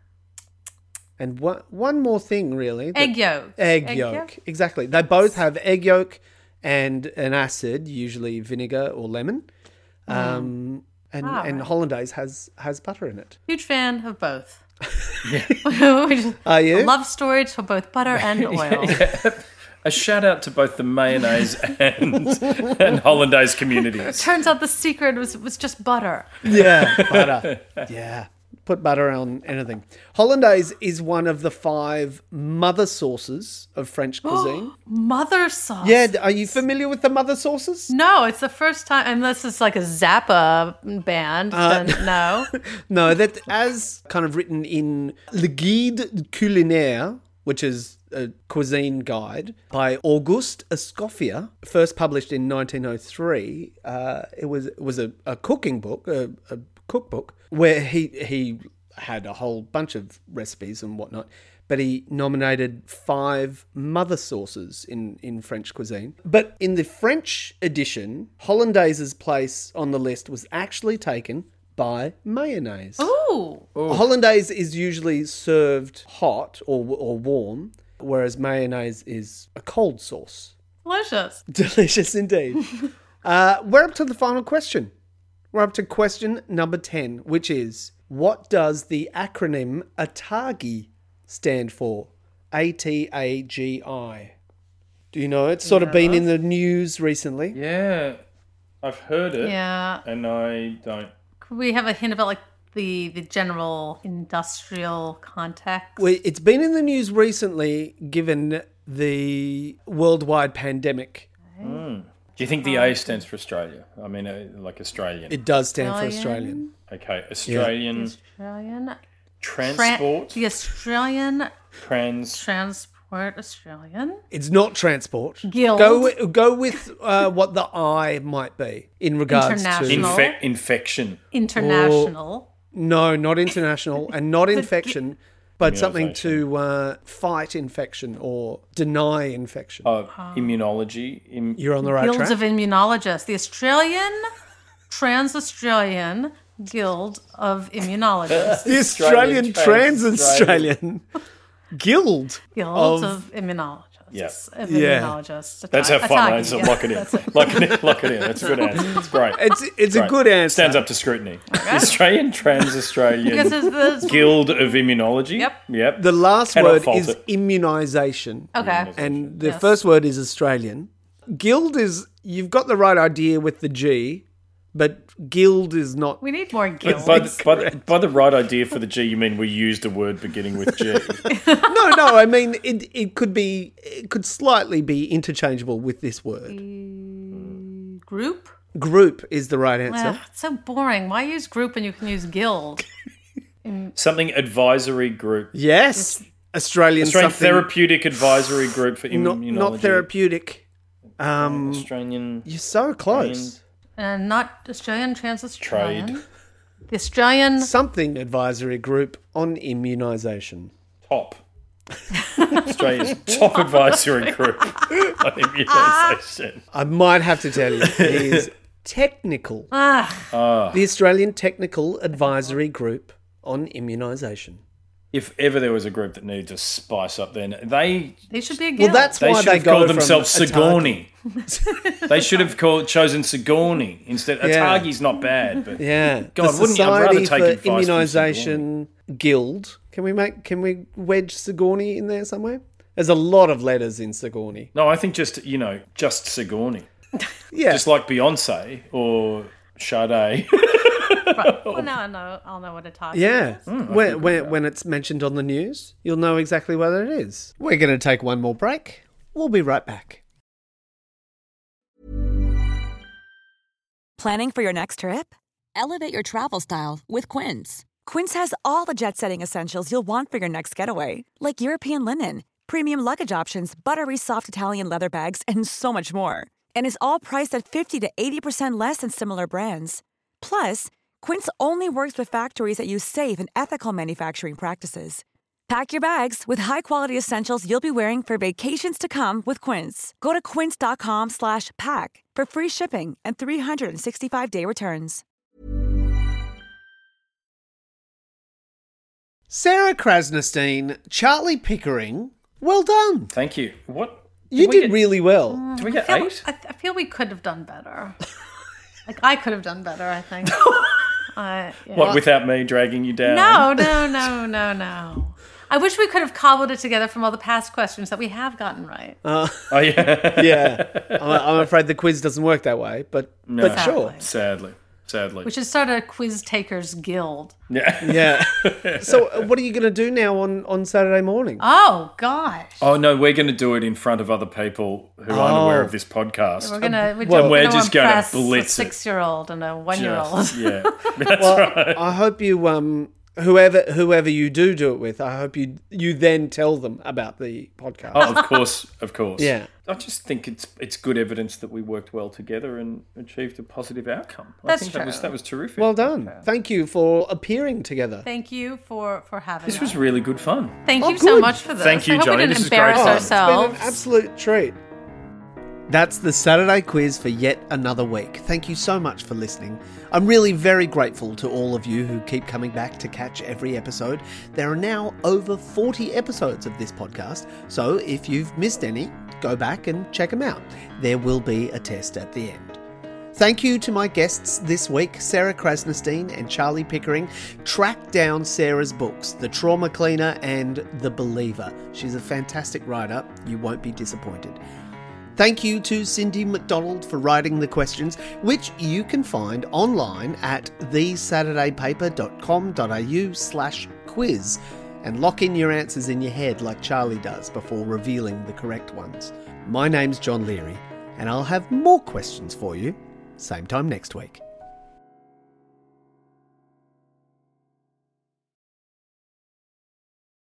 [SPEAKER 1] And one, one more thing, really. that-
[SPEAKER 3] egg yolk.
[SPEAKER 1] egg, yolk. Exactly. They both have egg yolk and an acid, usually vinegar or lemon. Um, and
[SPEAKER 3] Ah,
[SPEAKER 1] and
[SPEAKER 3] right.
[SPEAKER 1] hollandaise has has butter in it.
[SPEAKER 3] Huge fan of both. Yeah.
[SPEAKER 1] Are you?
[SPEAKER 3] Love storage for both butter and oil.
[SPEAKER 2] a shout out to both the mayonnaise and and hollandaise communities.
[SPEAKER 3] Turns out the secret was was just butter.
[SPEAKER 1] Yeah, butter. Yeah. Put butter on anything. Hollandaise is one of the five mother sauces of French cuisine.
[SPEAKER 3] Mother sauce.
[SPEAKER 1] yeah, d- are you familiar with the mother sauces?
[SPEAKER 3] No, it's the first time, unless it's like a Zappa band.
[SPEAKER 1] Uh,
[SPEAKER 3] then no.
[SPEAKER 1] No, that as kind of written in Le Guide Culinaire, which is a cuisine guide by Auguste Escoffier, first published in 1903. Uh, it was it was a, a cooking book, a, a cookbook where he he had a whole bunch of recipes and whatnot. But he nominated five mother sauces in, in French cuisine. But in the French edition, Hollandaise's place on the list was actually taken by mayonnaise. Oh.
[SPEAKER 3] Ooh.
[SPEAKER 1] Hollandaise is usually served hot or, or warm, whereas mayonnaise is a cold sauce.
[SPEAKER 3] Delicious.
[SPEAKER 1] Delicious indeed. uh, we're up to the final question. We're up to question number 10, which is what does the acronym ATAGI stand for? A T A G I. Do you know? It's sort of been in the news recently.
[SPEAKER 2] Yeah, I've heard it.
[SPEAKER 3] Yeah.
[SPEAKER 2] and I don't.
[SPEAKER 3] Could we have a hint about like the the general industrial context?
[SPEAKER 1] Well, it's been in the news recently given the worldwide pandemic.
[SPEAKER 2] Do you think the A stands for Australia? I mean, uh, like Australian.
[SPEAKER 1] It does stand for Australian.
[SPEAKER 2] okay, Australian
[SPEAKER 3] Australian Tran-
[SPEAKER 2] transport,
[SPEAKER 3] the Australian
[SPEAKER 2] trans.
[SPEAKER 3] Transport Australian.
[SPEAKER 1] It's not transport.
[SPEAKER 3] Guild.
[SPEAKER 1] Go wi- go with uh, what the I might be in regards
[SPEAKER 3] International.
[SPEAKER 1] to
[SPEAKER 2] Infe- infection.
[SPEAKER 3] International.
[SPEAKER 1] no, not international and not infection, but something to uh, fight infection or deny infection.
[SPEAKER 2] Uh, immunology. Im-
[SPEAKER 1] You're on the right
[SPEAKER 3] Guilds
[SPEAKER 1] track.
[SPEAKER 3] of Immunologists. The Australian Trans Australian Guild of Immunologists.
[SPEAKER 1] the Australian,
[SPEAKER 2] Australian
[SPEAKER 1] Trans
[SPEAKER 2] Trans
[SPEAKER 1] Australian Guild.
[SPEAKER 3] Guild
[SPEAKER 1] Of-
[SPEAKER 3] of, Immunologists.
[SPEAKER 2] Yeah.
[SPEAKER 3] Of
[SPEAKER 1] Yeah.
[SPEAKER 3] Immunologists.
[SPEAKER 2] That's how
[SPEAKER 3] Atta-
[SPEAKER 2] fun
[SPEAKER 3] Atagi,
[SPEAKER 2] is.
[SPEAKER 3] yeah.
[SPEAKER 2] Lock it in. Lock it in. Lock it in. That's a good answer. It's great.
[SPEAKER 1] It's it's a
[SPEAKER 2] Right.
[SPEAKER 1] good answer.
[SPEAKER 2] Stands up to scrutiny. Australian Trans
[SPEAKER 3] Because
[SPEAKER 2] Australian
[SPEAKER 3] it's the-
[SPEAKER 2] Guild of Immunology.
[SPEAKER 3] Yep.
[SPEAKER 2] Yep.
[SPEAKER 1] The last
[SPEAKER 2] Cannot
[SPEAKER 1] word
[SPEAKER 2] fault
[SPEAKER 1] is
[SPEAKER 2] it.
[SPEAKER 1] immunisation.
[SPEAKER 3] Okay.
[SPEAKER 1] And the
[SPEAKER 3] Yes.
[SPEAKER 1] first word is Australian. Guild is you've got the right idea with the G, but guild is not.
[SPEAKER 3] We need more guilds.
[SPEAKER 2] By the, by, the, by the right idea for the G, you mean we used a word beginning with G.
[SPEAKER 1] No, no. I mean, it it could be it could slightly be interchangeable with this
[SPEAKER 3] Mm.
[SPEAKER 1] word.
[SPEAKER 3] group?
[SPEAKER 1] Group is the right answer.
[SPEAKER 3] Ah, it's so boring. Why use group when you can use guild?
[SPEAKER 2] Something advisory group.
[SPEAKER 1] Yes, Australian
[SPEAKER 2] Australian
[SPEAKER 1] something
[SPEAKER 2] Therapeutic Advisory Group for
[SPEAKER 1] not
[SPEAKER 2] Immunology.
[SPEAKER 1] not therapeutic. Um,
[SPEAKER 2] Australian
[SPEAKER 1] you're so close.
[SPEAKER 3] And not Australian Trans Australian.
[SPEAKER 2] Trade.
[SPEAKER 3] The Australian
[SPEAKER 1] Something advisory group on immunisation.
[SPEAKER 2] top. Australia's top advisory group on immunisation.
[SPEAKER 1] I might have to tell you, it is Technical.
[SPEAKER 2] Ah.
[SPEAKER 1] The Australian Technical Advisory Group on Immunisation.
[SPEAKER 2] If ever there was a group that needed to spice up, then they
[SPEAKER 3] They should be a
[SPEAKER 1] Well,
[SPEAKER 3] guild.
[SPEAKER 1] that's
[SPEAKER 2] they
[SPEAKER 1] why
[SPEAKER 2] should
[SPEAKER 1] they
[SPEAKER 2] have called
[SPEAKER 1] go
[SPEAKER 2] themselves
[SPEAKER 1] from
[SPEAKER 2] Sigourney. they should have called chosen Sigourney instead.
[SPEAKER 1] Yeah.
[SPEAKER 2] Atagi's not bad, but
[SPEAKER 1] Yeah.
[SPEAKER 2] God,
[SPEAKER 1] the
[SPEAKER 2] wouldn't you- I'd rather
[SPEAKER 1] Society
[SPEAKER 2] take advice
[SPEAKER 1] for
[SPEAKER 2] from
[SPEAKER 1] Immunisation Guild. Can we make? Can we wedge Sigourney in there somewhere? There's a lot of letters in Sigourney.
[SPEAKER 2] no, I think just you know just Sigourney,
[SPEAKER 1] Yeah.
[SPEAKER 2] just like Beyonce or Sade.
[SPEAKER 3] Well, now I know. I'll know what to talk.
[SPEAKER 1] yeah.
[SPEAKER 2] Hmm,
[SPEAKER 1] when when, when it's mentioned on the news, you'll know exactly what it is. We're going to take one more break. We'll be right back.
[SPEAKER 4] Planning for your next trip? Elevate your travel style with Quince. Quince has all the jet setting essentials you'll want for your next getaway, like European linen, premium luggage options, buttery soft Italian leather bags, and so much more. And is all priced at 50 to 80% less than similar brands. Plus, Quince only works with factories that use safe and ethical manufacturing practices. Pack your bags with high-quality essentials you'll be wearing for vacations to come with Quince. Go to quince.com slash pack for free shipping and 365-day returns.
[SPEAKER 1] Sarah Krasnerstein, Charlie Pickering. Well done.
[SPEAKER 2] Thank you. What
[SPEAKER 1] You
[SPEAKER 2] we
[SPEAKER 1] did
[SPEAKER 2] get-
[SPEAKER 1] really well.
[SPEAKER 2] Did we get
[SPEAKER 3] I feel,
[SPEAKER 2] eight?
[SPEAKER 3] I, I feel we could have done better. like I could have done better. I think. I yeah.
[SPEAKER 2] What without me dragging you down?
[SPEAKER 3] No, no, no, no, no. I wish we could have cobbled it together from all the past questions that we have gotten right.
[SPEAKER 2] Oh yeah.
[SPEAKER 1] Yeah. I'm, I'm afraid the quiz doesn't work that way, but but sure.
[SPEAKER 2] Sadly, sadly.
[SPEAKER 3] We should start a quiz takers guild.
[SPEAKER 2] yeah.
[SPEAKER 1] Yeah. so uh, what are you going to do now on on Saturday morning?
[SPEAKER 3] Oh gosh,
[SPEAKER 2] Oh no, we're going to do it in front of other people who aren't
[SPEAKER 1] Oh.
[SPEAKER 2] aware of this podcast.
[SPEAKER 3] we're gonna we're,
[SPEAKER 1] Well,
[SPEAKER 3] gonna
[SPEAKER 2] we're just gonna
[SPEAKER 3] impress
[SPEAKER 2] blitz
[SPEAKER 3] a
[SPEAKER 2] it.
[SPEAKER 3] six-year-old and a one-year-old.
[SPEAKER 2] Yes, yeah. That's right.
[SPEAKER 1] I hope you um whoever whoever you do do it with, I hope you you then tell them about the podcast.
[SPEAKER 2] Oh, of course, of course.
[SPEAKER 1] Yeah.
[SPEAKER 2] I just think it's it's good evidence that we worked well together and achieved a positive outcome. I
[SPEAKER 3] That's
[SPEAKER 2] think that was
[SPEAKER 3] true.
[SPEAKER 2] that was terrific.
[SPEAKER 1] Well done. Thank you for appearing together.
[SPEAKER 3] Thank you for for having
[SPEAKER 2] This
[SPEAKER 3] us.
[SPEAKER 2] was really good fun.
[SPEAKER 3] Thank
[SPEAKER 1] Oh,
[SPEAKER 3] you so
[SPEAKER 1] good.
[SPEAKER 3] much for this.
[SPEAKER 2] Thank you,
[SPEAKER 3] I hope
[SPEAKER 2] Johnny.
[SPEAKER 3] We
[SPEAKER 2] This
[SPEAKER 3] didn't
[SPEAKER 2] is great Oh,
[SPEAKER 3] embarrass
[SPEAKER 2] fun.
[SPEAKER 1] Oh, It's been
[SPEAKER 3] ourselves.
[SPEAKER 1] an absolute treat. That's the Saturday quiz for yet another week. Thank you so much for listening. I'm really very grateful to all of you who keep coming back to catch every episode. There are now over 40 episodes of this podcast, so if you've missed any, go back and check them out. There will be a test at the end. Thank you to my guests this week, Sarah Krasnerstein and Charlie Pickering. Track down Sarah's books, The Trauma Cleaner and The Believer. She's a fantastic writer. You won't be disappointed. Thank you to Cindy McDonald for writing the questions, which you can find online at thesaturdaypaper.com.au slash quiz and lock in your answers in your head like Charlie does before revealing the correct ones. My name's John Leary, and I'll have more questions for you same time next week.